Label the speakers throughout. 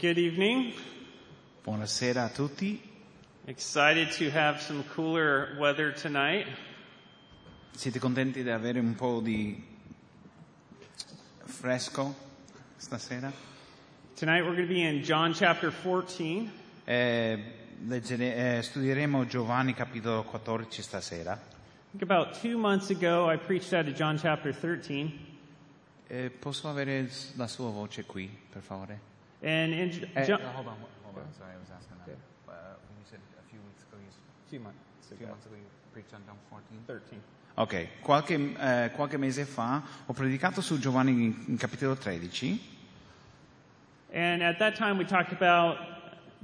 Speaker 1: Good evening.
Speaker 2: Buonasera a tutti.
Speaker 1: Excited to have some cooler weather tonight.
Speaker 2: Siete contenti di avere un po' di fresco stasera?
Speaker 1: Tonight we're going to be in John chapter 14,
Speaker 2: Eh, leggere- eh, studieremo Giovanni capitolo 14 stasera.
Speaker 1: I think about two months ago, I preached out of John chapter 13.
Speaker 2: Eh, posso avere s- la sua voce qui, per favore?
Speaker 1: And in J-
Speaker 2: Eh,
Speaker 1: John,
Speaker 3: hold on, hold on. Sorry, I was asking that. Uh, when you said a few weeks ago, you,
Speaker 4: Two months
Speaker 3: a few months ago, you preached on John 14.
Speaker 4: 13.
Speaker 2: Ok, qualche, eh, qualche mese fa ho predicato su Giovanni in, in capitolo 13
Speaker 1: and at that time we talked about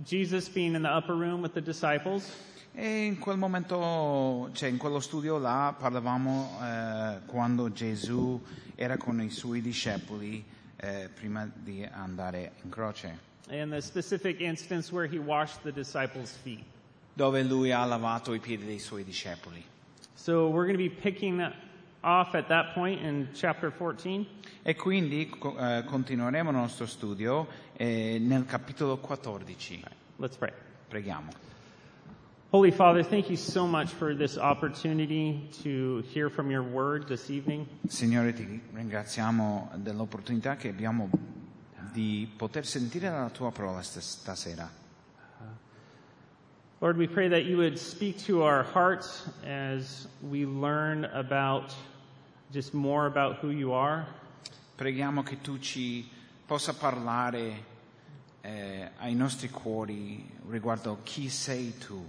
Speaker 1: Jesus being in the upper room with the disciples.
Speaker 2: e in quel momento, cioè in quello studio là, parlavamo eh, quando Gesù era con i suoi discepoli eh, prima di andare in croce.
Speaker 1: And the specific instance where he washed the disciples' feet.
Speaker 2: dove lui ha lavato i piedi dei suoi discepoli.
Speaker 1: So we're going to be picking off at that point in chapter 14.
Speaker 2: E quindi co- eh, continueremo il nostro studio eh, nel capitolo 14.
Speaker 1: Let's pray.
Speaker 2: Preghiamo.
Speaker 1: Holy Father, thank you so much for this opportunity to hear from your word this evening.
Speaker 2: Signore, ti ringraziamo dell'opportunità che abbiamo di poter sentire la tua parola st- stasera.
Speaker 1: Lord, we pray that you would speak to our hearts as we learn about just more about who you are.
Speaker 2: Preghiamo che tu ci possa parlare eh, ai nostri cuori riguardo chi sei tu,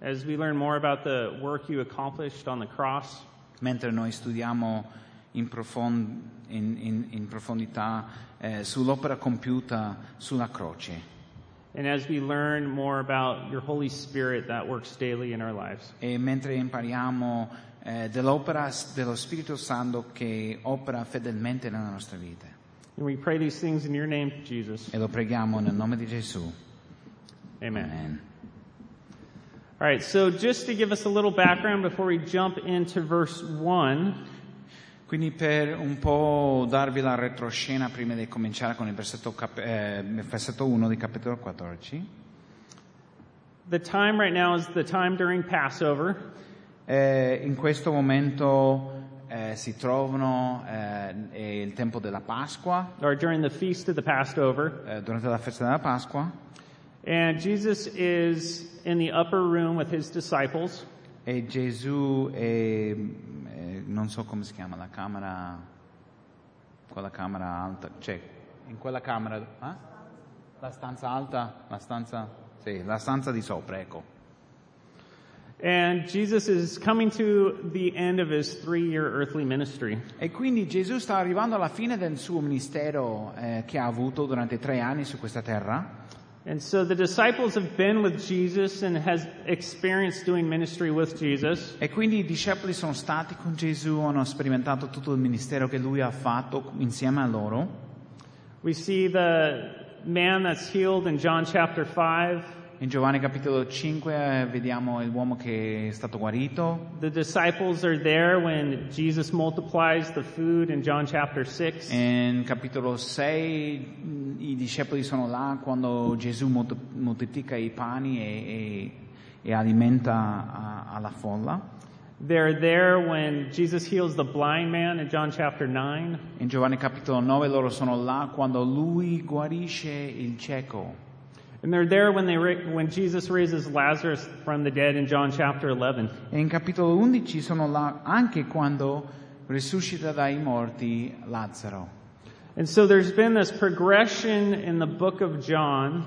Speaker 1: As we learn more about the work you accomplished on the cross,
Speaker 2: mentre noi studiamo in, profon- in- in- in profondità eh, sull'opera compiuta sulla croce
Speaker 1: and as we learn more about your Holy Spirit that works daily in our lives.
Speaker 2: e mentre impariamo eh, dell'opera s- dello Spirito Santo che opera fedelmente nella nostra vita.
Speaker 1: And we pray these things in your name, Jesus.
Speaker 2: E lo preghiamo nel nome di Gesù.
Speaker 1: Amen.
Speaker 2: Amen.
Speaker 1: All right, so just to give us a little background before we jump into verse 1,
Speaker 2: Quindi per un po' darvi la retroscena prima di cominciare con il versetto, cap- eh, il versetto 1 di capitolo 14,
Speaker 1: the time right now is the time during Passover.
Speaker 2: Eh, in questo momento eh, si trovano, eh, è il tempo della Pasqua,
Speaker 1: or during the feast of the Passover.
Speaker 2: eh, durante la festa della Pasqua
Speaker 1: And Jesus is in the upper room with his disciples,
Speaker 2: e Gesù è, mm, eh, non so come si chiama, la camera, quella camera alta, cioè in quella camera, eh? la stanza alta, la stanza, sì, la stanza di sopra, ecco.
Speaker 1: and Jesus is coming to the end of his three year earthly ministry.
Speaker 2: E quindi Gesù sta arrivando alla fine del suo ministero eh, che ha avuto durante tre anni su questa terra.
Speaker 1: And so the disciples have been with Jesus and has experienced doing ministry with Jesus.
Speaker 2: E quindi i discepoli sono stati con Gesù, hanno sperimentato tutto il ministero che lui ha fatto insieme a loro.
Speaker 1: We see the man that's healed in John chapter 5.
Speaker 2: In Giovanni capitolo 5 eh, vediamo l'uomo che è stato guarito.
Speaker 1: The disciples are there when Jesus multiplies the food in John chapter 6.
Speaker 2: In capitolo 6 mh, i discepoli sono là quando Gesù molti- moltiplica i pani e, e- e alimenta a- alla folla.
Speaker 1: They're there when Jesus heals the blind man in John chapter 9.
Speaker 2: In Giovanni capitolo 9 loro sono là quando lui guarisce il cieco.
Speaker 1: And they're there when, they, ra- when Jesus raises Lazarus from the dead in John chapter 11.
Speaker 2: E in capitolo 11 sono là anche quando risuscita dai morti Lazzaro.
Speaker 1: And so there's been this progression in the book of John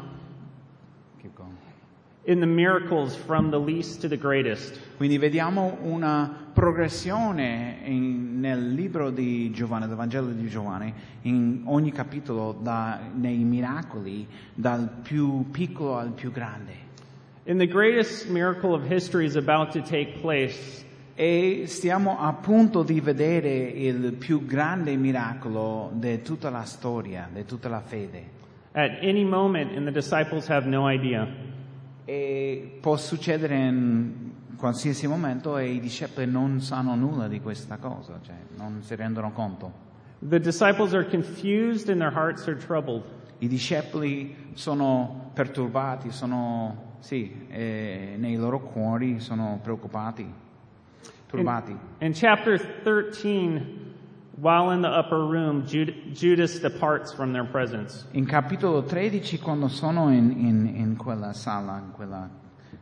Speaker 1: in the miracles from the least to the greatest.
Speaker 2: Quindi vediamo una progressione in- nel libro di Giovanni, del Vangelo di Giovanni, in ogni capitolo da- nei miracoli, dal più piccolo al più grande.
Speaker 1: And the greatest miracle of history is about to take place.
Speaker 2: E stiamo a punto di vedere il più grande miracolo di tutta la storia, di tutta la fede.
Speaker 1: At any moment, and the disciples have no idea.
Speaker 2: E può succedere in qualsiasi momento e i discepoli non sanno nulla di questa cosa, cioè non si rendono conto.
Speaker 1: The disciples are confused and their hearts are troubled.
Speaker 2: I discepoli sono perturbati, sono, sì, eh, nei loro cuori sono preoccupati, turbati.
Speaker 1: In chapter 13, while in the upper room, Jud- Judas departs from their presence.
Speaker 2: In capitolo 13, quando sono in, in- in quella sala, in quella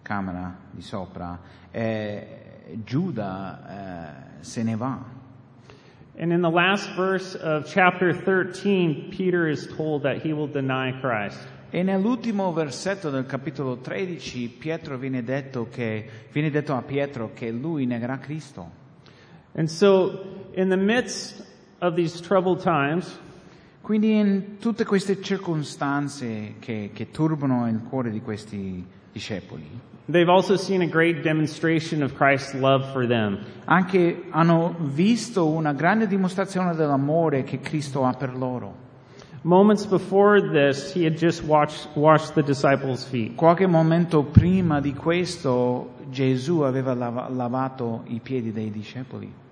Speaker 2: camera di sopra, eh, Giuda eh, se ne va.
Speaker 1: And in the last verse of chapter 13, Peter is told that he will deny Christ.
Speaker 2: E nell'ultimo versetto del capitolo 13 Pietro viene detto, che, viene detto a Pietro che lui negherà Cristo.
Speaker 1: And so, in the midst of these troubled times,
Speaker 2: Quindi in tutte queste circostanze che, che turbano il cuore di questi discepoli,
Speaker 1: they've also seen a great demonstration of Christ's love for them.
Speaker 2: anche hanno visto una grande dimostrazione dell'amore che Cristo ha per loro.
Speaker 1: Moments before this, he had just watched, washed the disciples' feet.
Speaker 2: Qualche momento prima di questo Gesù aveva lava- lavato i piedi dei discepoli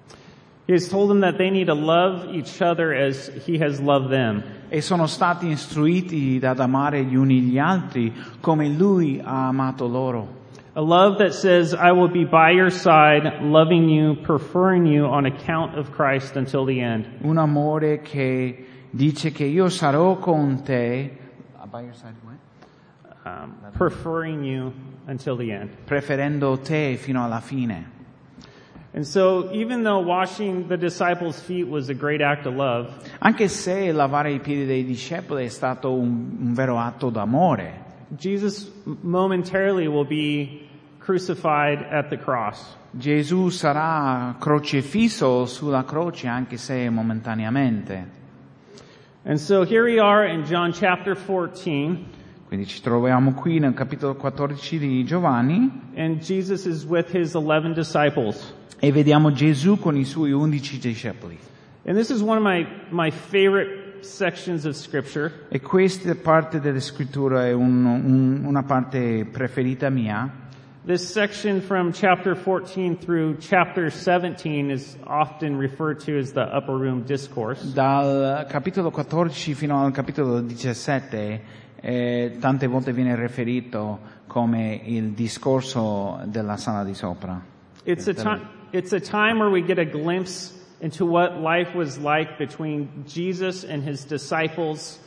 Speaker 1: He has told them that they need to love each other as he has loved them.
Speaker 2: e sono stati istruiti ad amare gli uni gli altri come lui ha amato loro.
Speaker 1: A love that says, I will be by your side, loving you, preferring you on account of Christ until the end.
Speaker 2: Un amore che dice che io sarò con te,
Speaker 3: By your side, what?
Speaker 1: Um, preferring you until the end.
Speaker 2: preferendo te fino alla fine.
Speaker 1: And so, even though washing the disciples' feet was a great act of love,
Speaker 2: Anche se lavare i piedi dei discepoli è stato un, un vero atto d'amore,
Speaker 1: Jesus momentarily will be crucified at the cross.
Speaker 2: Gesù sarà crocifisso sulla croce anche se momentaneamente.
Speaker 1: And so here we are in John chapter 14,
Speaker 2: Quindi ci troviamo qui nel capitolo 14 di Giovanni
Speaker 1: and Jesus is with his 11 disciples.
Speaker 2: e vediamo Gesù con i suoi undici discepoli.
Speaker 1: And this is one of my, my favorite sections of scripture
Speaker 2: E questa parte della scrittura è un- un- una parte preferita mia.
Speaker 1: This section from chapter 14 through chapter 17 is often referred to as the upper room discourse.
Speaker 2: Dal capitolo 14 fino al capitolo 17 eh, tante volte viene riferito come il discorso della sala di sopra.
Speaker 1: It's a time it's a time where we get a glimpse into what life was like between Jesus and his disciples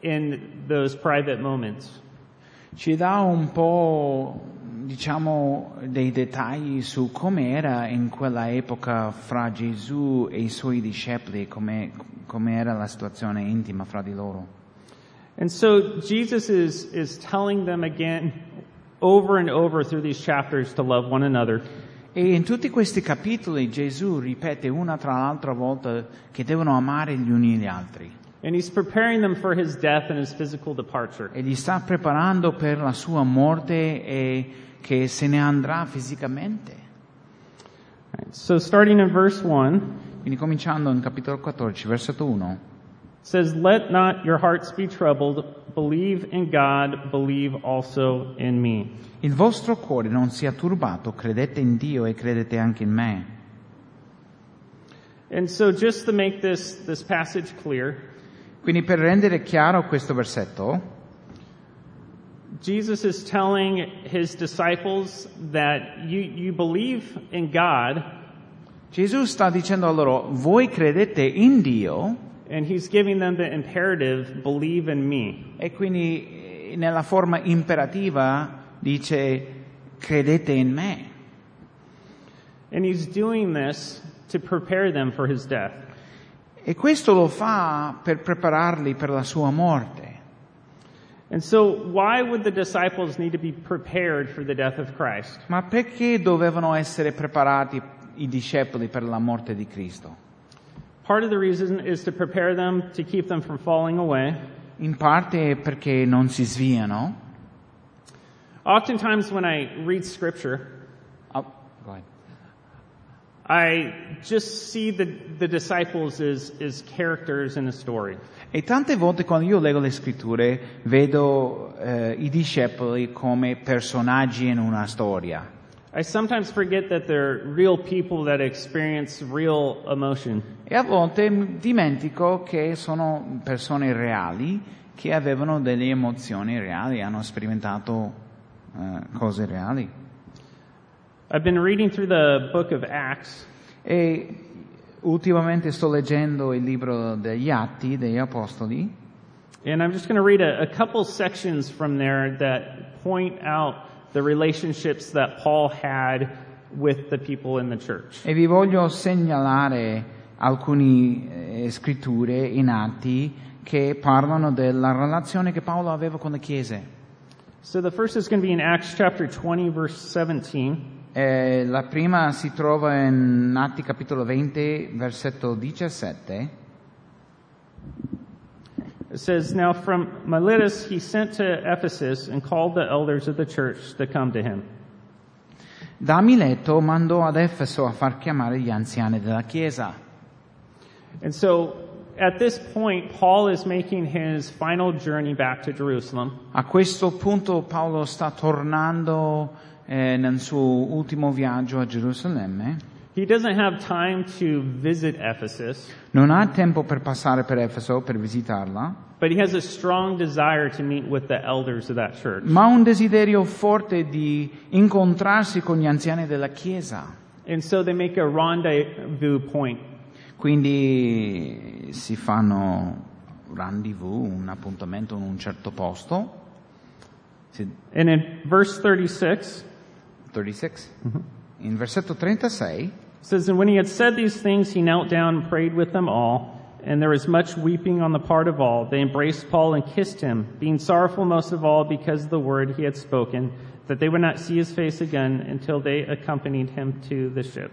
Speaker 1: in those private moments.
Speaker 2: Ci dà un po', diciamo, dei dettagli su com'era in quella epoca fra Gesù e i suoi discepoli, come, com'era la situazione intima fra di loro.
Speaker 1: And so Jesus is is telling them again over and over through these chapters to love one another.
Speaker 2: E in tutti questi capitoli Gesù ripete una tra l'altra volta che devono amare gli uni gli altri
Speaker 1: And he's preparing them for his death and his physical departure.
Speaker 2: e li sta preparando per la sua morte e che se ne andrà fisicamente.
Speaker 1: So starting in verse 1,
Speaker 2: Quindi cominciando in capitolo 14, versetto 1.
Speaker 1: says, Let not your hearts be troubled. Believe in God, believe also in me.
Speaker 2: Il vostro cuore non sia turbato, credete in Dio e credete anche in me.
Speaker 1: And so, just to make this, this passage clear,
Speaker 2: Quindi per rendere chiaro questo versetto,
Speaker 1: Jesus is telling his disciples that you, you believe in God,
Speaker 2: Gesù sta dicendo a loro, voi credete in Dio
Speaker 1: and he's giving them the imperative believe in me.
Speaker 2: e quindi eh, nella forma imperativa dice credete in me.
Speaker 1: And he's doing this to prepare them for his death.
Speaker 2: E questo lo fa per prepararli per la sua morte.
Speaker 1: And so, why would the disciples need to be prepared for the death of Christ?
Speaker 2: Ma perché dovevano essere preparati i discepoli per la morte di Cristo?
Speaker 1: Part of the reason is to prepare them to keep them from falling away.
Speaker 2: In parte perché non si sviano,
Speaker 1: Oftentimes, when I read scripture,
Speaker 2: Oh, go ahead.
Speaker 1: I just see the, the disciples as, as characters in a story.
Speaker 2: E tante volte quando io leggo le scritture vedo eh, i discepoli come personaggi in una storia.
Speaker 1: I sometimes forget that they're real people that experience real emotion.
Speaker 2: E a volte mi dimentico che sono persone reali che avevano delle emozioni reali, hanno sperimentato eh, cose reali.
Speaker 1: I've been reading through the book of Acts,
Speaker 2: E ultimamente sto leggendo il libro degli Atti degli Apostoli
Speaker 1: and I'm just going to read a, a couple sections from there that point out the relationships that Paul had with the people in the church.
Speaker 2: e vi voglio segnalare alcune eh, scritture in Atti che parlano della relazione che Paolo aveva con le chiese.
Speaker 1: So the first is going to be in Acts chapter 20 verse 17.
Speaker 2: Eh, la prima si trova in Atti capitolo 20, versetto 17.
Speaker 1: It says, Now from Miletus he sent to Ephesus and called the elders of the church to come to him.
Speaker 2: Da Mileto mandò ad Efeso a far chiamare gli anziani della chiesa.
Speaker 1: And so at this point, Paul is making his final journey back to Jerusalem.
Speaker 2: A questo punto Paolo sta tornando eh, nel suo ultimo viaggio a Gerusalemme.
Speaker 1: He doesn't have time to visit Ephesus,
Speaker 2: Non ha tempo per passare per Efeso per visitarla,
Speaker 1: but he has a strong desire to meet with the elders of that church.
Speaker 2: ma ha un desiderio forte di incontrarsi con gli anziani della chiesa.
Speaker 1: And so they make a rendezvous point.
Speaker 2: Quindi si fanno rendezvous, un appuntamento in un certo posto. Si-
Speaker 1: And in verse 36,
Speaker 2: 36. In versetto 36
Speaker 1: It says, And when he had said these things, he knelt down and prayed with them all. And there was much weeping on the part of all. They embraced Paul and kissed him, being sorrowful most of all because of the word he had spoken, that they would not see his face again until they accompanied him to the ship.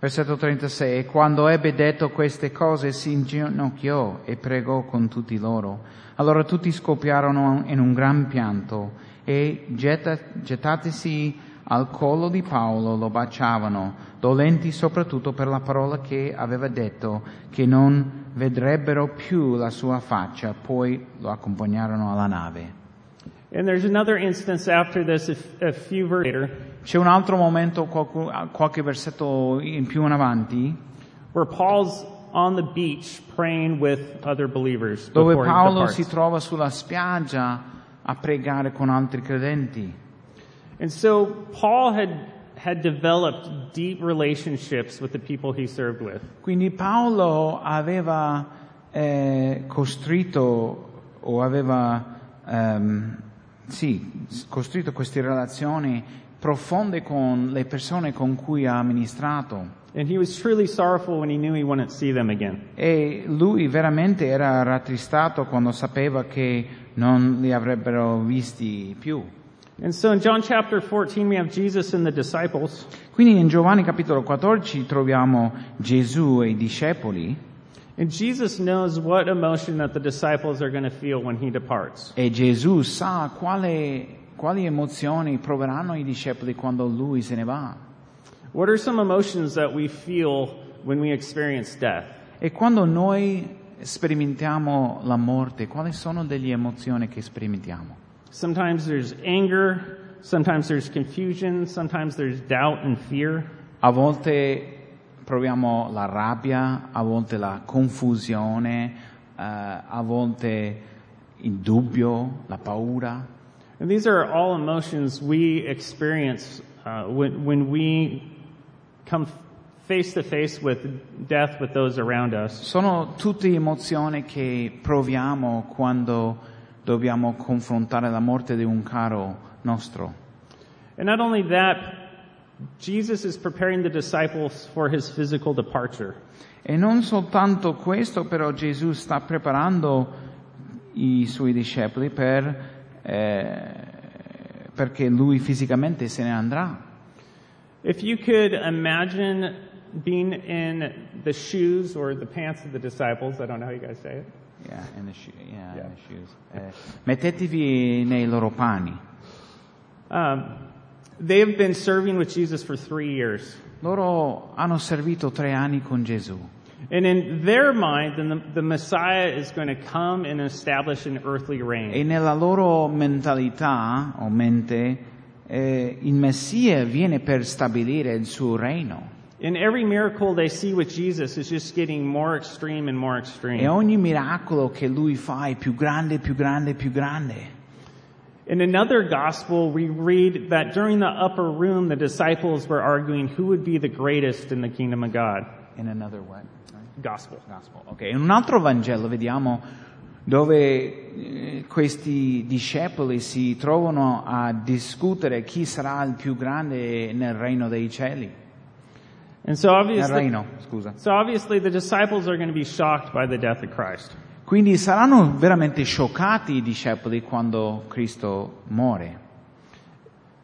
Speaker 2: Versetto 36, e quando ebbe detto queste cose si inginocchiò e pregò con tutti loro. Allora tutti scoppiarono in un gran pianto e getta- gettatisi al collo di Paolo lo baciavano, dolenti soprattutto per la parola che aveva detto, che non vedrebbero più la sua faccia, poi lo accompagnarono alla nave.
Speaker 1: And there's another instance after this, a, a few verses later,
Speaker 2: C'è un altro momento, qualcu- qualche versetto in più in avanti,
Speaker 1: where Paul's on the beach praying with other believers
Speaker 2: dove
Speaker 1: before he
Speaker 2: Paolo
Speaker 1: departs.
Speaker 2: si trova sulla spiaggia a pregare con altri credenti.
Speaker 1: And so Paul had, had developed deep relationships with the people he served with.
Speaker 2: Quindi Paolo aveva eh, costruito o aveva ehm, sì, s- costruito queste relazioni profonde con le persone con cui ha amministrato
Speaker 1: And he was truly sorrowful when he knew he wouldn't see them again.
Speaker 2: e lui veramente era rattristato quando sapeva che non li avrebbero visti più.
Speaker 1: And so in John chapter 14, we have Jesus and the disciples.
Speaker 2: Quindi in Giovanni capitolo 14 troviamo Gesù e i discepoli
Speaker 1: And Jesus knows what emotion that the disciples are going to feel when he departs.
Speaker 2: E Gesù sa quale- quali emozioni proveranno i discepoli quando lui se ne va.
Speaker 1: What are some emotions that we feel when we experience death?
Speaker 2: E quando noi sperimentiamo la morte, quali sono delle emozioni che sperimentiamo?
Speaker 1: Sometimes there's anger, sometimes there's confusion, sometimes there's doubt and fear.
Speaker 2: A volte proviamo la rabbia, a volte la confusione, eh, a volte il dubbio, la paura.
Speaker 1: And these are all emotions we experience uh, when, when we come face to face with death with those around us.
Speaker 2: Sono tutte emozioni che proviamo quando dobbiamo confrontare la morte di un caro nostro.
Speaker 1: And not only that, Jesus is preparing the disciples for his physical departure.
Speaker 2: E non soltanto questo, però Gesù sta preparando i suoi discepoli per, eh, perché lui fisicamente se ne andrà.
Speaker 1: If you could imagine being in the shoes or the pants of the disciples, I don't know how you guys say it.
Speaker 2: Yeah, in the sho- yeah, in
Speaker 1: Yeah.
Speaker 2: the shoes. Eh, mettetevi nei loro panni.
Speaker 1: Um, they have been serving with Jesus for three years.
Speaker 2: Loro hanno servito tre anni con Gesù.
Speaker 1: And in their mind, then the, the Messiah is going to come and establish an earthly reign.
Speaker 2: E nella loro mentalità o mente eh, il Messia viene per stabilire il suo regno.
Speaker 1: In every miracle they see with Jesus is just getting more extreme and more
Speaker 2: E
Speaker 1: extreme.
Speaker 2: ogni miracolo che lui fa è più grande, più grande, più grande.
Speaker 1: In another gospel, we read that during the upper room, the disciples were arguing who would be the greatest in the kingdom of God.
Speaker 2: In another what? Sorry.
Speaker 1: Gospel.
Speaker 2: Gospel. Ok, in un altro Vangelo vediamo dove eh, questi discepoli si trovano a discutere chi sarà il più grande nel regno dei cieli.
Speaker 1: And so
Speaker 2: Nel
Speaker 1: obviously,
Speaker 2: regno, scusa.
Speaker 1: so obviously the disciples are going to be shocked by the death of Christ.
Speaker 2: Quindi saranno veramente scioccati i discepoli quando Cristo muore.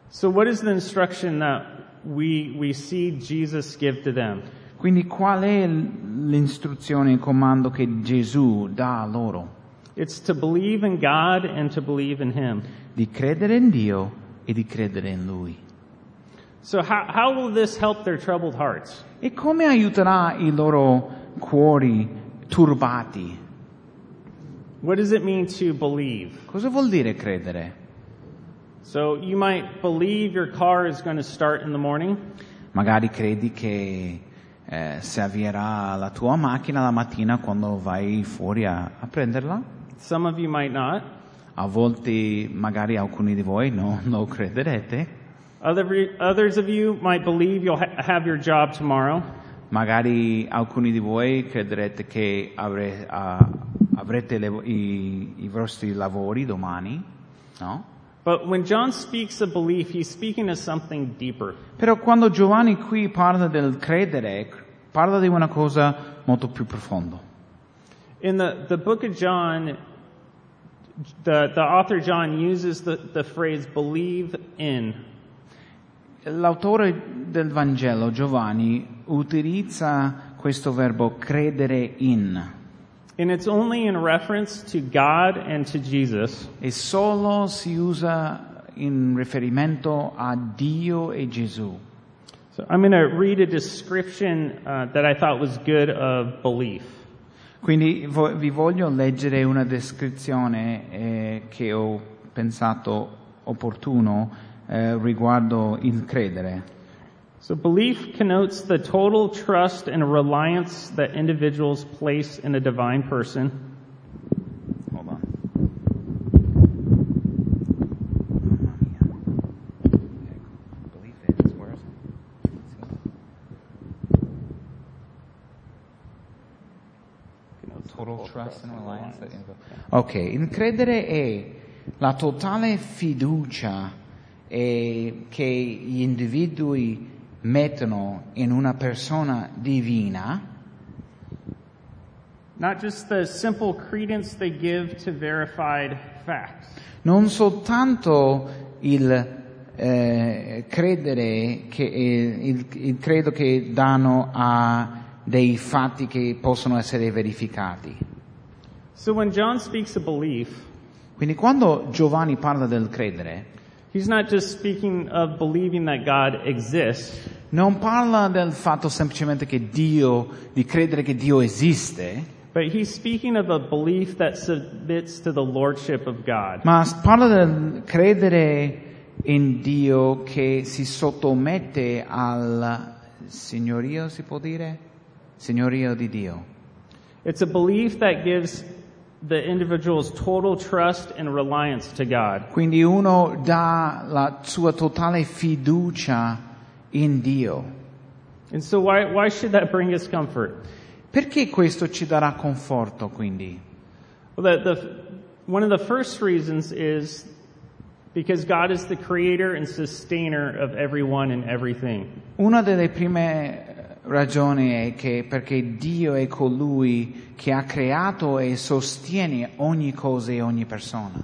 Speaker 1: So what is the instruction that we, we see Jesus give to them?
Speaker 2: Quindi qual è l- l'instruzione, il comando che Gesù dà a loro?
Speaker 1: It's to believe in God and to believe in Him.
Speaker 2: Di credere in Dio e di credere in Lui.
Speaker 1: So how, how will this help their troubled hearts?
Speaker 2: E come aiuterà i loro cuori turbati?
Speaker 1: What does it mean to believe?
Speaker 2: Cosa vuol dire credere?
Speaker 1: So you might believe your car is going to start in the morning,
Speaker 2: Magari credi che eh, si avvierà la tua macchina la mattina quando vai fuori a, a prenderla?
Speaker 1: some of you might not.
Speaker 2: A volte magari alcuni di voi non lo crederete.
Speaker 1: Other, others of you might believe you'll ha- have your job tomorrow.
Speaker 2: Magari alcuni di voi crederete che avre- ah, avrete le- i, i vostri lavori domani, no?
Speaker 1: But when John speaks of belief, he's speaking of something deeper.
Speaker 2: Però quando Giovanni qui parla del credere, cr- parla di una cosa molto più profonda.
Speaker 1: In the, the book of John, the, the author John uses the, the phrase believe in.
Speaker 2: L'autore del Vangelo Giovanni utilizza questo verbo credere in
Speaker 1: And it's only in reference to God and to Jesus.
Speaker 2: e solo si usa in riferimento a Dio e Gesù.
Speaker 1: So I'm going to read a description uh, that I thought was good of belief.
Speaker 2: Quindi vo- vi voglio leggere una descrizione eh, che ho pensato opportuno eh, riguardo il credere.
Speaker 1: So belief connotes the total trust and reliance that individuals place in a divine person.
Speaker 2: Hold on. Total trust and reliance. Ok, il credere è la totale fiducia eh, che gli individui mettono in una persona divina.
Speaker 1: Not just the simple credence they give to verified facts.
Speaker 2: non soltanto il eh, credere che, eh, il, il credo che danno a dei fatti che possono essere verificati.
Speaker 1: So when John speaks of belief,
Speaker 2: Quindi quando Giovanni parla del credere,
Speaker 1: he's not just speaking of believing that God exists,
Speaker 2: non parla del fatto semplicemente che Dio, di credere che Dio esiste,
Speaker 1: but he's speaking of a belief that submits to the lordship of God.
Speaker 2: ma parla del credere in Dio che si sottomette al signorio, si può dire? Signorio di Dio.
Speaker 1: It's a belief that gives the individual's total trust and reliance to God.
Speaker 2: Quindi uno dà la sua totale fiducia in Dio.
Speaker 1: And so why, why should that bring us comfort?
Speaker 2: Perché questo ci darà conforto quindi?
Speaker 1: Well, the, the, one of the first reasons is because God is the creator and sustainer of everyone and everything.
Speaker 2: Una delle prime eh, ragioni è che perché Dio è colui che ha creato e sostiene ogni cosa e ogni persona.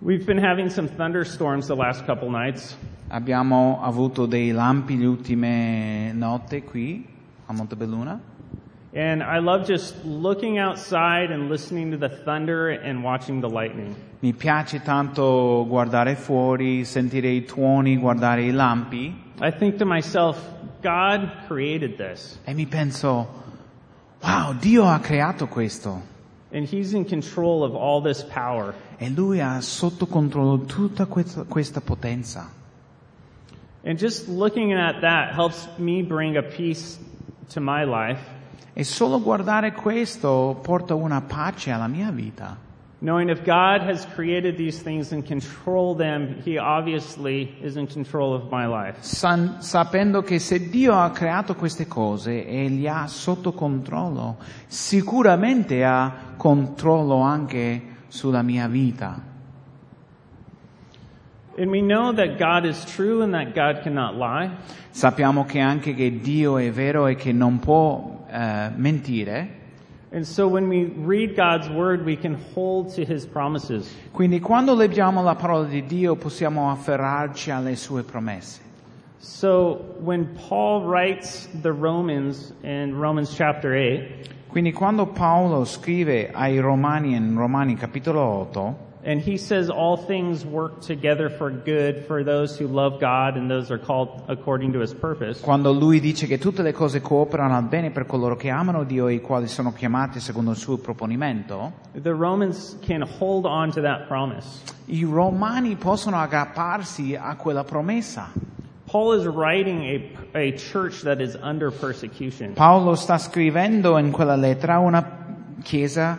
Speaker 1: We've been having some thunderstorms the last couple nights,
Speaker 2: Abbiamo avuto dei lampi le ultime notte qui a Montebelluna
Speaker 1: and I love just looking outside and listening to the thunder and watching the lightning.
Speaker 2: Mi piace tanto guardare fuori, sentire i tuoni, guardare i lampi.
Speaker 1: I think to myself, God created this,
Speaker 2: E mi penso, wow, Dio ha creato questo
Speaker 1: and He's in control of all this power.
Speaker 2: e Lui ha sotto controllo tutta questa, questa potenza.
Speaker 1: And just looking at that helps me bring a peace to my life,
Speaker 2: E solo guardare questo porta una pace alla mia vita.
Speaker 1: knowing if God has created these things and control them, He obviously is in control of my life.
Speaker 2: San- sapendo che se Dio ha creato queste cose e li ha sotto controllo, sicuramente ha controllo anche sulla mia vita.
Speaker 1: And we know that God is true and that God cannot lie.
Speaker 2: Sappiamo che anche che Dio è vero e che non può eh, mentire.
Speaker 1: And so when we read God's word, we can hold to His promises.
Speaker 2: Quindi quando leggiamo la parola di Dio possiamo afferrarci alle sue promesse.
Speaker 1: So when Paul writes the Romans in Romans chapter 8,
Speaker 2: Quindi quando Paolo scrive ai Romani in Romani capitolo 8,
Speaker 1: and he says all things work together for good for those who love God and those are called according to his purpose.
Speaker 2: quando lui dice che tutte le cose cooperano al bene per coloro che amano Dio e i quali sono chiamati secondo il suo proponimento,
Speaker 1: The Romans can hold on to that promise.
Speaker 2: i romani possono aggrapparsi a quella promessa.
Speaker 1: Paul is writing a, a church that is under persecution.
Speaker 2: Paolo sta scrivendo in quella lettera una chiesa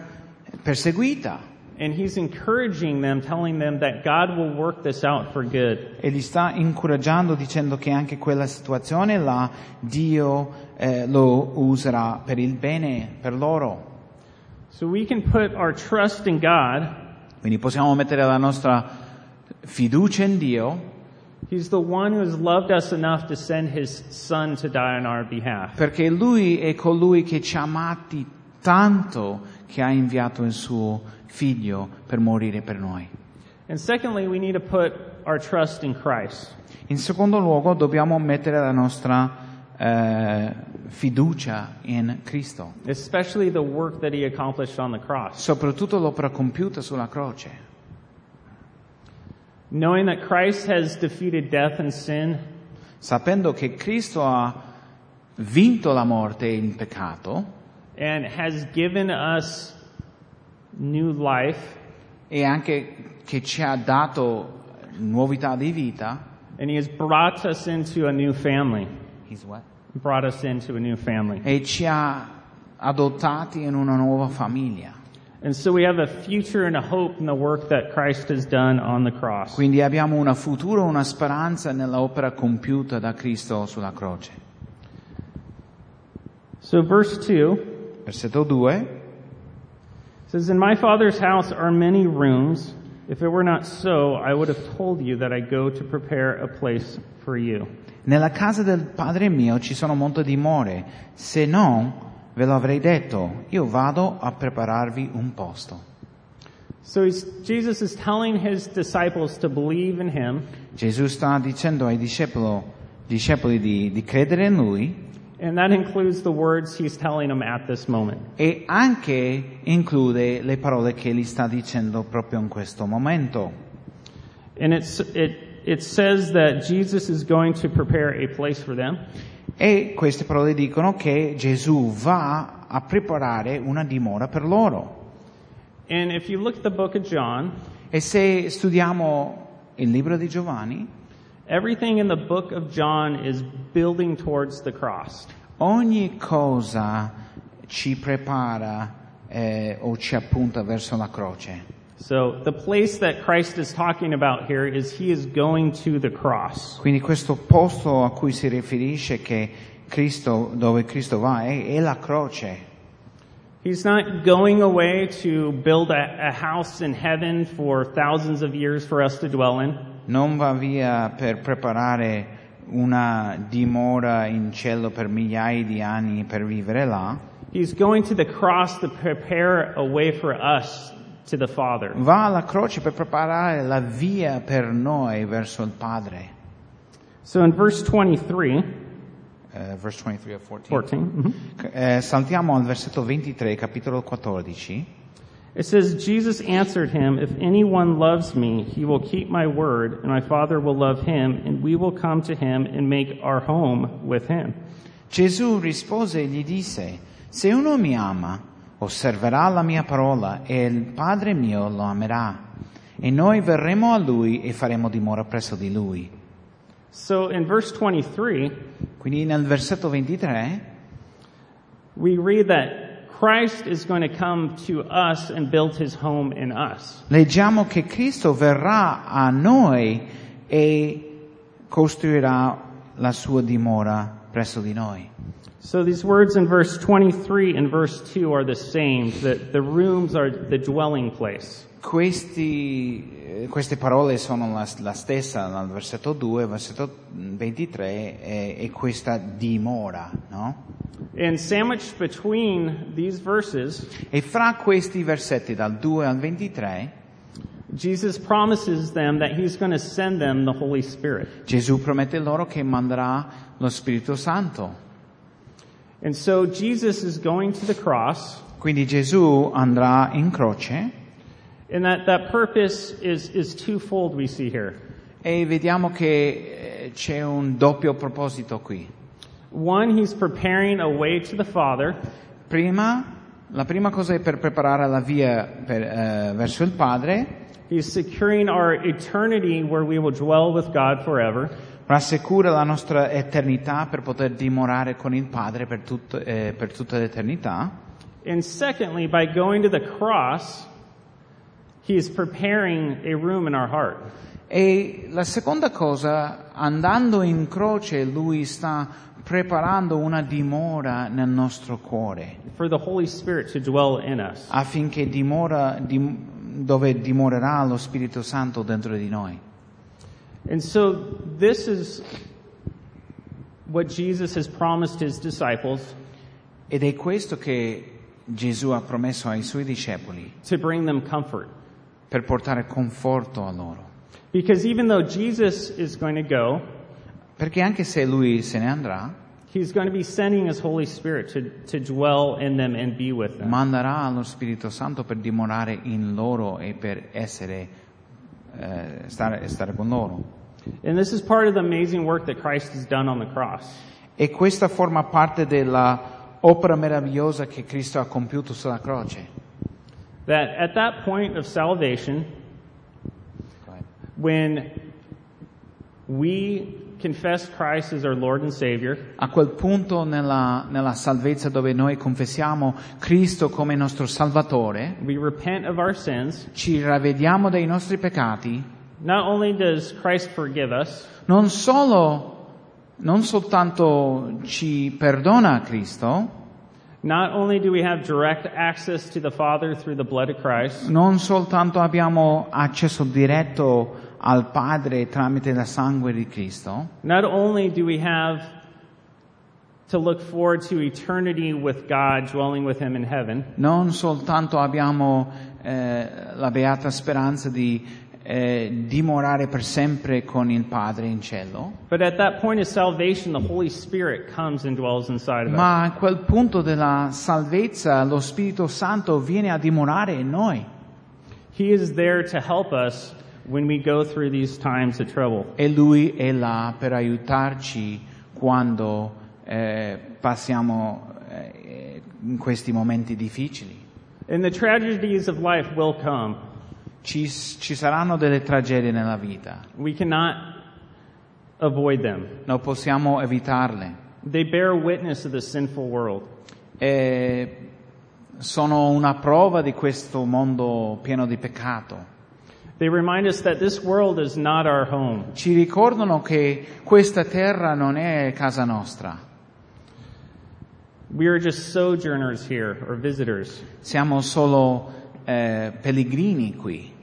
Speaker 2: perseguita
Speaker 1: And he's encouraging them, telling them that God will work this out for good.
Speaker 2: e li sta incoraggiando dicendo che anche quella situazione là Dio eh, lo userà per il bene per loro.
Speaker 1: So we can put our trust in God.
Speaker 2: Quindi possiamo mettere la nostra fiducia in Dio
Speaker 1: He's the one who has loved us enough to send his son to die on our behalf.
Speaker 2: Perché lui è colui che ci ha amati tanto che ha inviato il suo figlio per morire per noi.
Speaker 1: And secondly, we need to put our trust in Christ.
Speaker 2: In secondo luogo dobbiamo mettere la nostra eh, fiducia in Cristo,
Speaker 1: especially the work that he accomplished on the cross.
Speaker 2: soprattutto l'opera compiuta sulla croce,
Speaker 1: Knowing that Christ has defeated death and sin,
Speaker 2: sapendo che Cristo ha vinto la morte e il peccato
Speaker 1: and has given us new life,
Speaker 2: e anche che ci ha dato nuovità di vita.
Speaker 1: and he has brought us into a new family. Brought us into a new family.
Speaker 2: e ci ha adottati in una nuova famiglia.
Speaker 1: And so we have a future and a hope in the work that Christ has done on the cross.
Speaker 2: Quindi abbiamo una futura, una speranza nell'opera compiuta da Cristo sulla croce.
Speaker 1: So verse 2
Speaker 2: Versetto 2.
Speaker 1: says, In my Father's house are many rooms. If it were not so, I would have told you that I go to prepare a place for you.
Speaker 2: Nella casa del Padre mio ci sono molte dimore, se no ve lo avrei detto, io vado a prepararvi un posto.
Speaker 1: So he's, Jesus is telling his disciples to believe in him
Speaker 2: Gesù sta dicendo ai discepolo- discepoli di- di credere in Lui
Speaker 1: And that includes the words he's telling them at this moment.
Speaker 2: e anche include le parole che gli sta dicendo proprio in questo momento.
Speaker 1: And it's, it, it says that Jesus is going to prepare a place for them.
Speaker 2: E queste parole dicono che Gesù va a preparare una dimora per loro.
Speaker 1: And if you look at the book of John,
Speaker 2: E se studiamo il libro di Giovanni,
Speaker 1: everything in the book of John is building towards the cross.
Speaker 2: ogni cosa ci prepara eh, o ci appunta verso la croce.
Speaker 1: So the place that Christ is talking about here is he is going to the cross.
Speaker 2: Quindi questo posto a cui si riferisce che Cristo, dove Cristo va è, è la croce.
Speaker 1: He's not going away to build a, a house in heaven for thousands of years for us to dwell in.
Speaker 2: Non va via per preparare una dimora in cielo per migliaia di anni per vivere là.
Speaker 1: He's going to the cross to prepare a way for us to the Father.
Speaker 2: va alla croce per preparare la via per noi verso il Padre.
Speaker 1: So in verse 23,
Speaker 2: Eh, verse 23 of 14.
Speaker 1: 14, mhm,
Speaker 2: Eh, saltiamo al versetto 23, capitolo 14.
Speaker 1: it says, Jesus answered him, If anyone loves me, he will keep my word, and my Father will love him, and we will come to him and make our home with him.
Speaker 2: Gesù rispose e gli disse, se uno mi ama, osserverà la mia parola e il Padre mio lo amerà. E noi verremo a lui e faremo dimora presso di lui.
Speaker 1: So in verse 23,
Speaker 2: Quindi nel versetto 23
Speaker 1: we read that Christ is going to come to us and build his home in us.
Speaker 2: leggiamo che Cristo verrà a noi e costruirà la sua dimora presso di noi.
Speaker 1: So these words in verse 23 and verse 2 are the same, that the rooms are the dwelling place.
Speaker 2: Questi- eh, queste parole sono la, la stessa dal versetto 2, versetto 23 e, e questa dimora, no?
Speaker 1: And sandwiched between these verses,
Speaker 2: E fra questi versetti dal 2 al 23
Speaker 1: Jesus promises them that he's going to send them the Holy Spirit.
Speaker 2: Gesù promette loro che manderà lo Spirito Santo.
Speaker 1: And so Jesus is going to the cross,
Speaker 2: Quindi Gesù andrà in croce
Speaker 1: and that, that purpose is, is twofold we see here.
Speaker 2: e vediamo che eh, c'è un doppio proposito qui.
Speaker 1: One, he's preparing a way to the Father,
Speaker 2: Prima, la prima cosa è per preparare la via per, eh, verso il Padre,
Speaker 1: he's securing our eternity where we will dwell with God forever.
Speaker 2: rassicura la nostra eternità per poter dimorare con il Padre per, tut- eh, per tutta l'eternità.
Speaker 1: And secondly, by going to the cross, he is preparing a room in our heart.
Speaker 2: E la seconda cosa, andando in croce, Lui sta preparando una dimora nel nostro cuore,
Speaker 1: for the Holy Spirit to dwell in us.
Speaker 2: affinché dimora, dim- dove dimorerà lo Spirito Santo dentro di noi.
Speaker 1: And so this is what Jesus has promised his disciples
Speaker 2: Ed è questo che Gesù ha promesso ai Suoi discepoli,
Speaker 1: to bring them comfort.
Speaker 2: per portare conforto a loro.
Speaker 1: Because even though Jesus is going to go,
Speaker 2: Perché anche se lui se ne andrà,
Speaker 1: he's going to be sending his Holy Spirit to, to dwell in them and be with
Speaker 2: Eh.
Speaker 1: them.
Speaker 2: manderà lo Spirito Santo per dimorare in loro e per essere, eh, stare, stare con loro.
Speaker 1: And this is part of the amazing work that Christ has done on the cross.
Speaker 2: E questa forma parte della opera meravigliosa che Cristo ha compiuto sulla croce.
Speaker 1: That at that point of salvation, when we confess Christ as our Lord and Savior,
Speaker 2: A quel punto nella, nella salvezza dove noi confessiamo Cristo come nostro Salvatore,
Speaker 1: we repent of our sins,
Speaker 2: ci ravvediamo dei nostri peccati,
Speaker 1: Not only does Christ forgive us,
Speaker 2: non solo, non soltanto ci perdona Cristo,
Speaker 1: not only do we have direct access to the Father through the blood of Christ,
Speaker 2: non soltanto abbiamo accesso diretto al Padre tramite la sangue di Cristo,
Speaker 1: not only do we have to look forward to eternity with God, dwelling with Him in heaven,
Speaker 2: non soltanto abbiamo eh, la beata speranza di eh, dimorare per sempre con il Padre in cielo,
Speaker 1: but at that point of salvation, the Holy Spirit comes and dwells inside of us.
Speaker 2: ma a quel punto della salvezza lo Spirito Santo viene a dimorare in noi
Speaker 1: He is there to help us when we go through these times of trouble.
Speaker 2: e Lui è là per aiutarci quando eh, passiamo eh, in questi momenti difficili.
Speaker 1: And the tragedies of life will come.
Speaker 2: Ci, ci saranno delle tragedie nella vita,
Speaker 1: We cannot avoid them.
Speaker 2: non possiamo evitarle.
Speaker 1: They bear witness of the sinful world.
Speaker 2: E sono una prova di questo mondo pieno di peccato.
Speaker 1: They remind us that this world is not our home.
Speaker 2: Ci ricordano che questa terra non è casa nostra,
Speaker 1: We are just sojourners here or visitors.
Speaker 2: siamo solo eh, pellegrini qui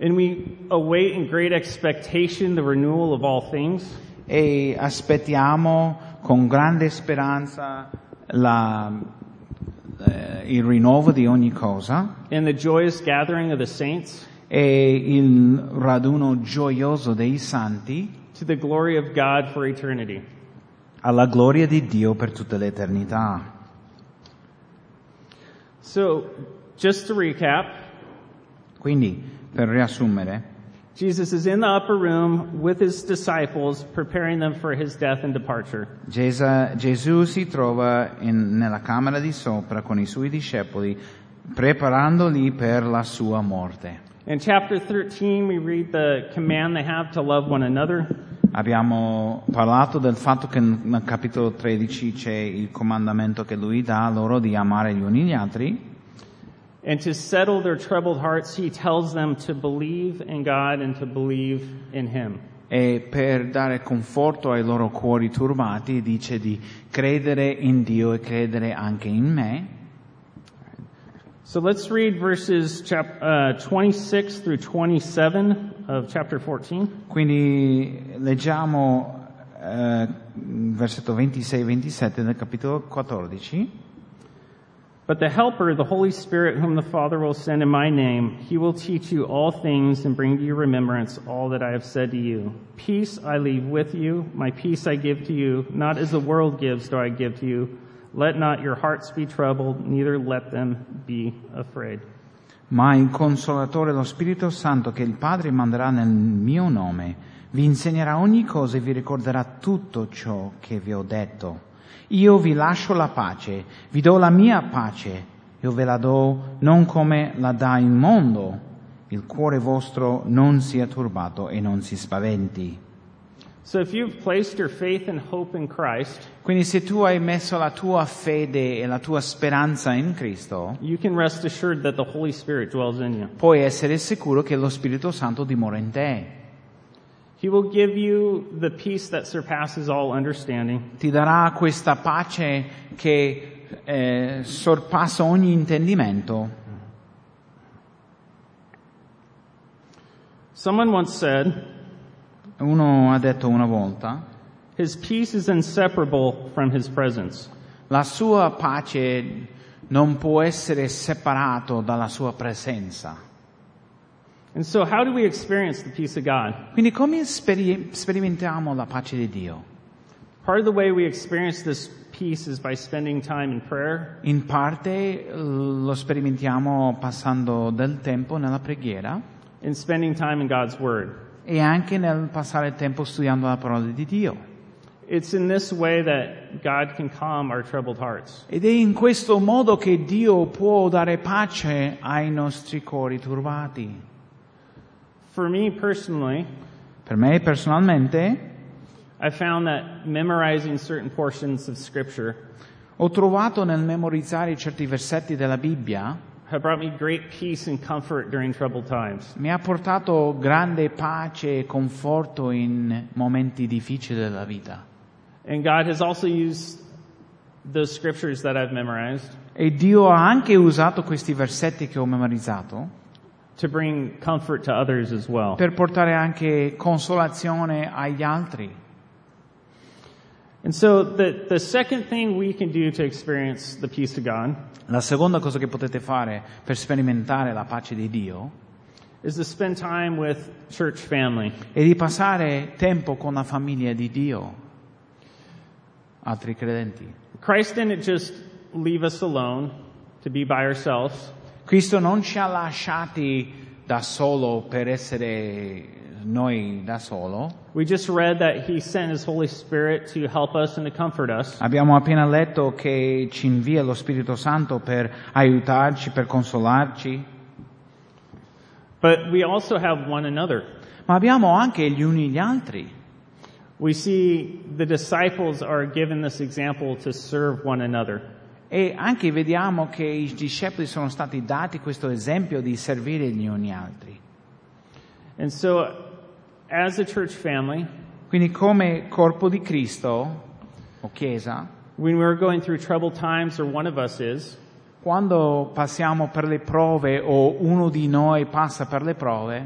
Speaker 1: And we await in great expectation the renewal of all things.
Speaker 2: e aspettiamo con grande speranza la- eh, il rinnovo di ogni cosa
Speaker 1: And the joyous gathering of the saints
Speaker 2: e il raduno gioioso dei santi
Speaker 1: to the glory of God for eternity.
Speaker 2: alla gloria di Dio per tutta l'eternità.
Speaker 1: So, just to recap,
Speaker 2: Quindi, per riassumere,
Speaker 1: Jesus is in the upper room with his disciples, preparing them for his death and departure.
Speaker 2: Gesa- Gesù si trova in- nella camera di sopra con i suoi discepoli, preparandoli per la sua morte.
Speaker 1: In chapter 13, we read the command they have to love one another.
Speaker 2: abbiamo parlato del fatto che nel capitolo 13 c'è il comandamento che lui dà loro di amare gli uni gli altri
Speaker 1: And to settle their troubled hearts, he tells them to believe in God and to believe in him.
Speaker 2: e per dare conforto ai loro cuori turbati dice di credere in Dio e credere anche in me.
Speaker 1: So let's read verses chap- uh, 26 through 27 of chapter 14.
Speaker 2: Quindi leggiamo eh, versetto 26-27 del capitolo 14.
Speaker 1: But the Helper, the Holy Spirit, whom the Father will send in my name, he will teach you all things and bring to your remembrance all that I have said to you. Peace I leave with you, my peace I give to you, not as the world gives do I give to you. Let not your hearts be troubled, neither let them be afraid.
Speaker 2: Ma il Consolatore, lo Spirito Santo, che il Padre manderà nel mio nome, vi insegnerà ogni cosa e vi ricorderà tutto ciò che vi ho detto. Io vi lascio la pace, vi do la mia pace, io ve la do non come la dà il mondo. Il cuore vostro non sia turbato e non si spaventi.
Speaker 1: So if you've placed your faith and hope in Christ,
Speaker 2: Quindi se tu hai messo la tua fede e la tua speranza in Cristo,
Speaker 1: you can rest assured that the Holy Spirit dwells in you.
Speaker 2: puoi essere sicuro che lo Spirito Santo dimora in te.
Speaker 1: He will give you the peace that surpasses all understanding.
Speaker 2: ti darà questa pace che eh, sorpassa ogni intendimento.
Speaker 1: Someone once said,
Speaker 2: Uno ha detto una volta,
Speaker 1: His peace is inseparable from his presence.
Speaker 2: la sua pace non può essere separato dalla sua presenza.
Speaker 1: And so how do we experience the peace of God?
Speaker 2: Quindi come speri- sperimentiamo la pace di Dio?
Speaker 1: Part of the way we experience this peace is by spending time in prayer,
Speaker 2: In parte eh, lo sperimentiamo passando del tempo nella preghiera
Speaker 1: in spending time in God's Word.
Speaker 2: e anche nel passare tempo studiando la parola di Dio.
Speaker 1: It's in this way that God can calm our troubled hearts.
Speaker 2: Ed è in questo modo che Dio può dare pace ai nostri cuori turbati.
Speaker 1: For me personally,
Speaker 2: Per me personalmente
Speaker 1: I found that memorizing certain portions of Scripture
Speaker 2: ho trovato nel memorizzare certi versetti della Bibbia
Speaker 1: have brought me great peace and comfort during troubled times.
Speaker 2: mi ha portato grande pace e conforto in momenti difficili della vita.
Speaker 1: And God has also used those scriptures that I've memorized
Speaker 2: E Dio ha anche usato questi versetti che ho memorizzato
Speaker 1: to bring comfort to others as well.
Speaker 2: per portare anche consolazione agli altri.
Speaker 1: And so the, the second thing we can do to experience the peace of God
Speaker 2: La seconda cosa che potete fare per sperimentare la pace di Dio
Speaker 1: is to spend time with church family.
Speaker 2: e di passare tempo con la famiglia di Dio, altri credenti.
Speaker 1: Christ didn't just leave us alone to be by ourselves.
Speaker 2: Cristo non ci ha lasciati da solo per essere noi da solo.
Speaker 1: We just read that he sent his Holy Spirit to help us and to comfort us.
Speaker 2: Abbiamo appena letto che ci invia lo Spirito Santo per aiutarci, per consolarci,
Speaker 1: But we also have one another.
Speaker 2: ma abbiamo anche gli uni gli altri.
Speaker 1: We see the disciples are given this example to serve one another.
Speaker 2: E anche vediamo che i discepoli sono stati dati questo esempio di servire gli uni gli altri.
Speaker 1: And so, as a church family,
Speaker 2: Quindi come corpo di Cristo o Chiesa,
Speaker 1: when we're going through troubled times, or one of us is,
Speaker 2: Quando passiamo per le prove o uno di noi passa per le prove,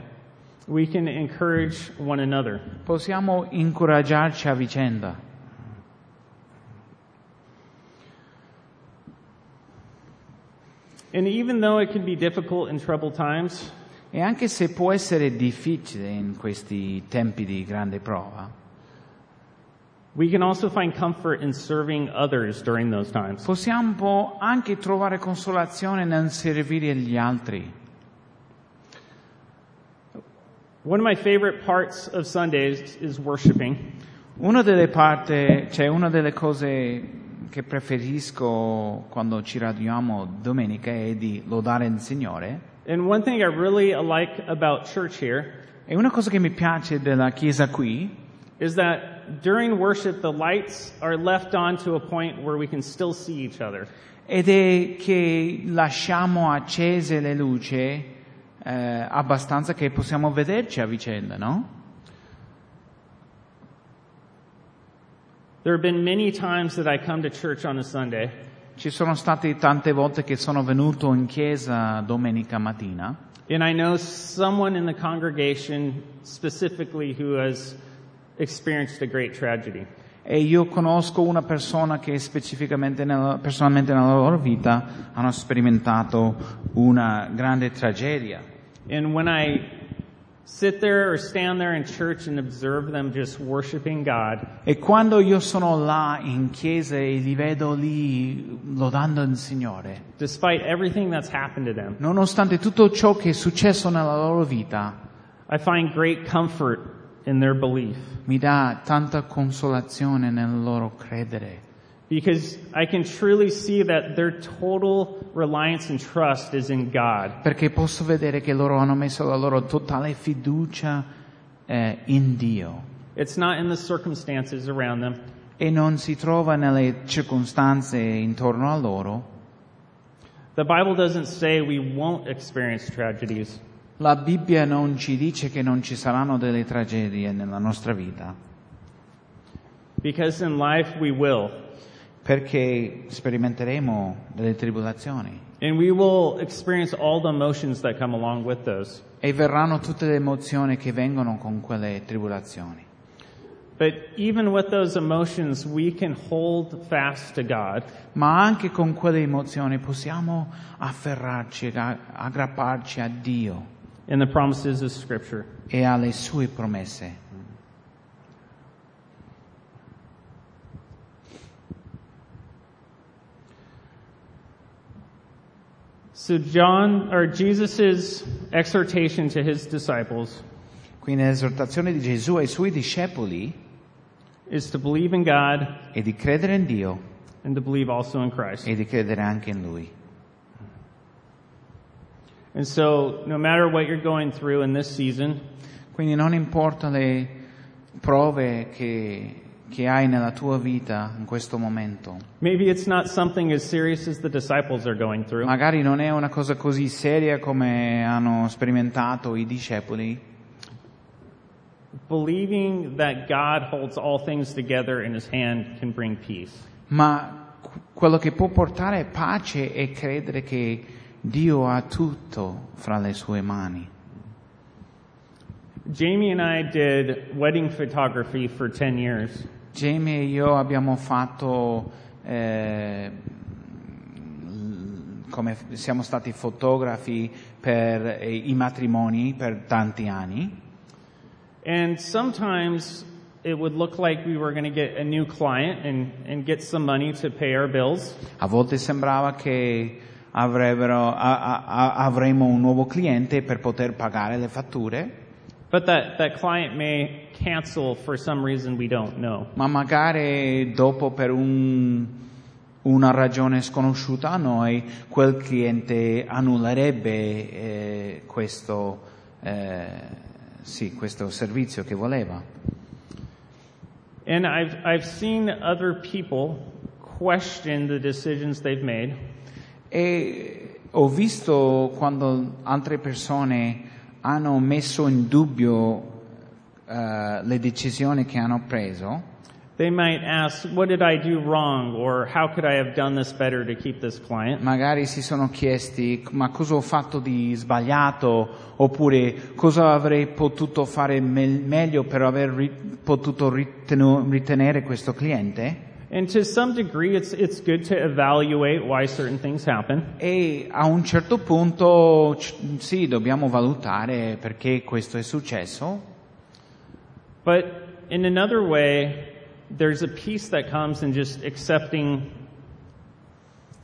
Speaker 1: we can encourage one another.
Speaker 2: possiamo incoraggiarci a vicenda.
Speaker 1: And even though it can be difficult in troubled times,
Speaker 2: E anche se può essere difficile in questi tempi di grande prova,
Speaker 1: we can also find comfort in serving others during those times.
Speaker 2: possiamo anche trovare consolazione nel servire gli altri.
Speaker 1: One of my favorite parts of Sundays is worshiping.
Speaker 2: Una delle parti, cioè una delle cose che preferisco quando ci raduniamo domenica è di lodare il Signore.
Speaker 1: And one thing I really like about church here
Speaker 2: E una cosa che mi piace della Chiesa qui
Speaker 1: is that during worship, the lights are left on to a point where we can still see each other.
Speaker 2: ed è che lasciamo accese le luci eh, abbastanza che possiamo vederci a vicenda, no?
Speaker 1: There have been many times that I come to church on a Sunday,
Speaker 2: Ci sono state tante volte che sono venuto in chiesa domenica mattina
Speaker 1: and I know someone in the congregation specifically who has experienced a great tragedy.
Speaker 2: e io conosco una persona che specificamente nella- personalmente nella loro vita hanno sperimentato una grande tragedia.
Speaker 1: And when I sit there or stand there in church and observe them just worshiping God,
Speaker 2: E quando io sono là in chiesa e li vedo lì lodando il Signore,
Speaker 1: despite everything that's happened to them,
Speaker 2: nonostante tutto ciò che è successo nella loro vita,
Speaker 1: I find great comfort in their belief
Speaker 2: mi dà tanta consolazione nel loro credere.
Speaker 1: because I can truly see that their total reliance and trust is in God.
Speaker 2: perché posso vedere che loro hanno messo la loro totale fiducia eh, in Dio
Speaker 1: It's not in the circumstances around them.
Speaker 2: e non si trova nelle circostanze intorno a loro.
Speaker 1: The Bible doesn't say we won't experience tragedies,
Speaker 2: La Bibbia non ci dice che non ci saranno delle tragedie nella nostra vita,
Speaker 1: because in life we will.
Speaker 2: perché sperimenteremo delle tribolazioni
Speaker 1: And we will experience all the emotions that come along with those.
Speaker 2: e verranno tutte le emozioni che vengono con quelle tribolazioni.
Speaker 1: But even with those emotions, we can hold fast to God
Speaker 2: Ma anche con quelle emozioni possiamo afferrarci, a- aggrapparci a Dio
Speaker 1: and the promises of Scripture.
Speaker 2: e alle sue promesse.
Speaker 1: So John, or Jesus' exhortation to his disciples
Speaker 2: Quindi l'esortazione di Gesù ai suoi discepoli
Speaker 1: is to believe in God
Speaker 2: è di credere in Dio
Speaker 1: and to believe also in Christ.
Speaker 2: e di credere anche in Lui.
Speaker 1: And so no matter what you're going through in this season,
Speaker 2: Quindi non importa le prove che, che hai nella tua vita in questo momento,
Speaker 1: maybe it's not something as serious as the disciples are going through.
Speaker 2: magari non è una cosa così seria come hanno sperimentato i discepoli,
Speaker 1: Believing that God holds all things together in his hand can bring peace.
Speaker 2: ma qu- quello che può portare pace è credere che Dio ha tutto fra le sue mani.
Speaker 1: Jamie and I did wedding photography for 10 years.
Speaker 2: Jamie e io abbiamo fatto, eh, come siamo stati fotografi per eh, i matrimoni per tanti anni
Speaker 1: And sometimes it would look like we were going to get a new client and, and get some money to pay our bills.
Speaker 2: a volte sembrava che avrebbero, a- a- a- avremmo un nuovo cliente per poter pagare le fatture,
Speaker 1: But that, that client may cancel for some reason we don't know.
Speaker 2: ma magari dopo per un- una ragione sconosciuta a noi, quel cliente annullerebbe eh, questo, eh, sì, questo servizio che voleva.
Speaker 1: And I've, I've seen other people question the decisions they've made
Speaker 2: E ho visto quando altre persone hanno messo in dubbio eh, le decisioni che hanno preso,
Speaker 1: They might ask, what did I do wrong? Or how could I have done this better to keep this client?
Speaker 2: magari si sono chiesti ma cosa ho fatto di sbagliato oppure cosa avrei potuto fare me- meglio per aver ri- potuto ritenu- ritenere questo cliente
Speaker 1: And to some degree, it's, it's good to evaluate why certain things happen.
Speaker 2: e a un certo punto c- sì dobbiamo valutare perché questo è successo
Speaker 1: But in another way, there's a peace that comes in just accepting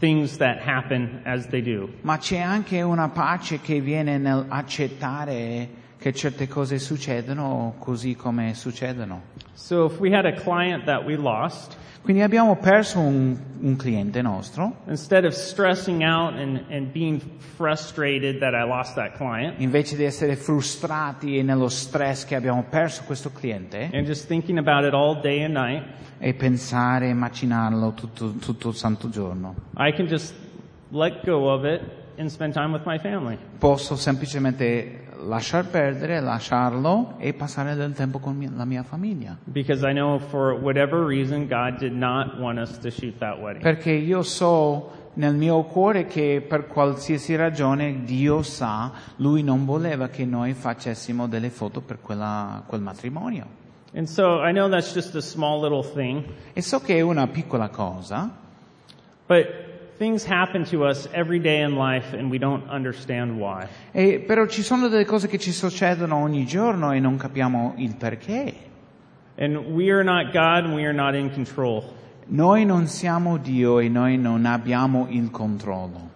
Speaker 1: things that happen as they do.
Speaker 2: ma c'è anche una pace che viene nel accettare che certe cose succedono così come succedono.
Speaker 1: So if we had a client that we lost,
Speaker 2: Quindi abbiamo perso un, un cliente nostro,
Speaker 1: instead of stressing out and, and being frustrated that I lost that client,
Speaker 2: invece di essere frustrati e nello stress che abbiamo perso questo cliente
Speaker 1: and just thinking about it all day and night,
Speaker 2: e pensare e macinarlo tutto, tutto il santo giorno.
Speaker 1: I can just let go of it and spend time with my family.
Speaker 2: Posso semplicemente lasciar perdere, lasciarlo e passare del tempo con mi- la mia famiglia.
Speaker 1: Because I know for whatever reason, God did not want us to shoot that wedding.
Speaker 2: Perché io so nel mio cuore che per qualsiasi ragione Dio sa, Lui non voleva che noi facessimo delle foto per quella- quel matrimonio.
Speaker 1: And so I know that's just a small little thing,
Speaker 2: E so che è una piccola cosa,
Speaker 1: but things happen to us every day in life and we don't understand why.
Speaker 2: e- però ci sono delle cose che ci succedono ogni giorno e non capiamo il perché.
Speaker 1: And we are not God and we are not in control.
Speaker 2: Noi non siamo Dio e noi non abbiamo il controllo.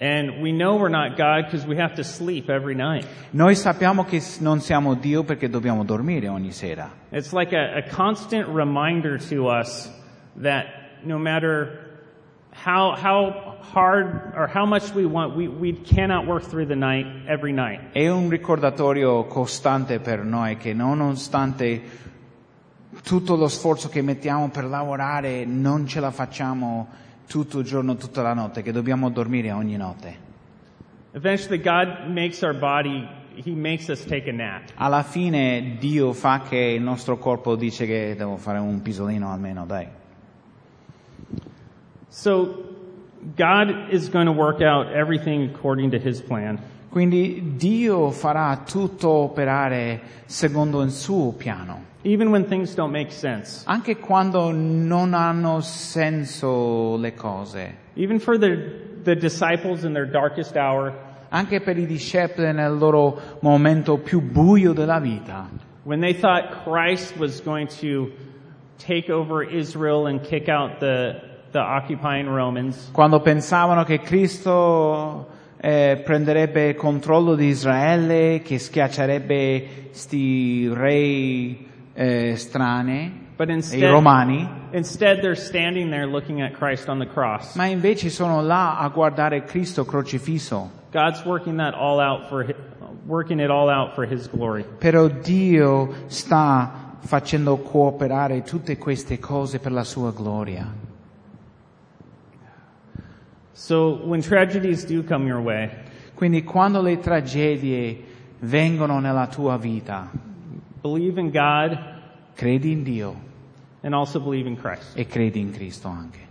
Speaker 1: And we know we're not God because we have to sleep every night.
Speaker 2: Noi sappiamo che s- non siamo Dio perché dobbiamo dormire ogni sera.
Speaker 1: It's like a, a constant reminder to us that no matter how, how hard or how much we want, we, we cannot work through the night every night.
Speaker 2: È un ricordatorio costante per noi che nonostante tutto lo sforzo che mettiamo per lavorare non ce la facciamo tutto il giorno, tutta la notte, che dobbiamo dormire ogni notte.
Speaker 1: Eventually God makes our body, He makes us take a nap.
Speaker 2: Alla fine Dio fa che il nostro corpo dice che devo fare un pisolino almeno, dai.
Speaker 1: So God is going to work out everything according to His plan.
Speaker 2: Quindi Dio farà tutto operare secondo il suo piano,
Speaker 1: Even when things don't make sense.
Speaker 2: anche quando non hanno senso le cose.
Speaker 1: Even for the, the disciples in their darkest hour,
Speaker 2: anche per i discepoli nel loro momento più buio della vita,
Speaker 1: When they thought Christ was going to take over Israel and kick out the, the occupying Romans,
Speaker 2: quando pensavano che Cristo eh, prenderebbe controllo di Israele, che schiaccerebbe sti re eh, strani,
Speaker 1: but
Speaker 2: i
Speaker 1: instead,
Speaker 2: romani,
Speaker 1: instead they're standing there looking at Christ on the cross.
Speaker 2: ma invece sono là a guardare Cristo crocifisso.
Speaker 1: God's working that all out for, hi- working it all out for His glory.
Speaker 2: Però Dio sta facendo cooperare tutte queste cose per la sua gloria.
Speaker 1: So when tragedies do come your way,
Speaker 2: Quindi quando le tragedie vengono nella tua vita,
Speaker 1: believe in God
Speaker 2: credi in Dio
Speaker 1: and also believe in Christ.
Speaker 2: e credi in Cristo anche.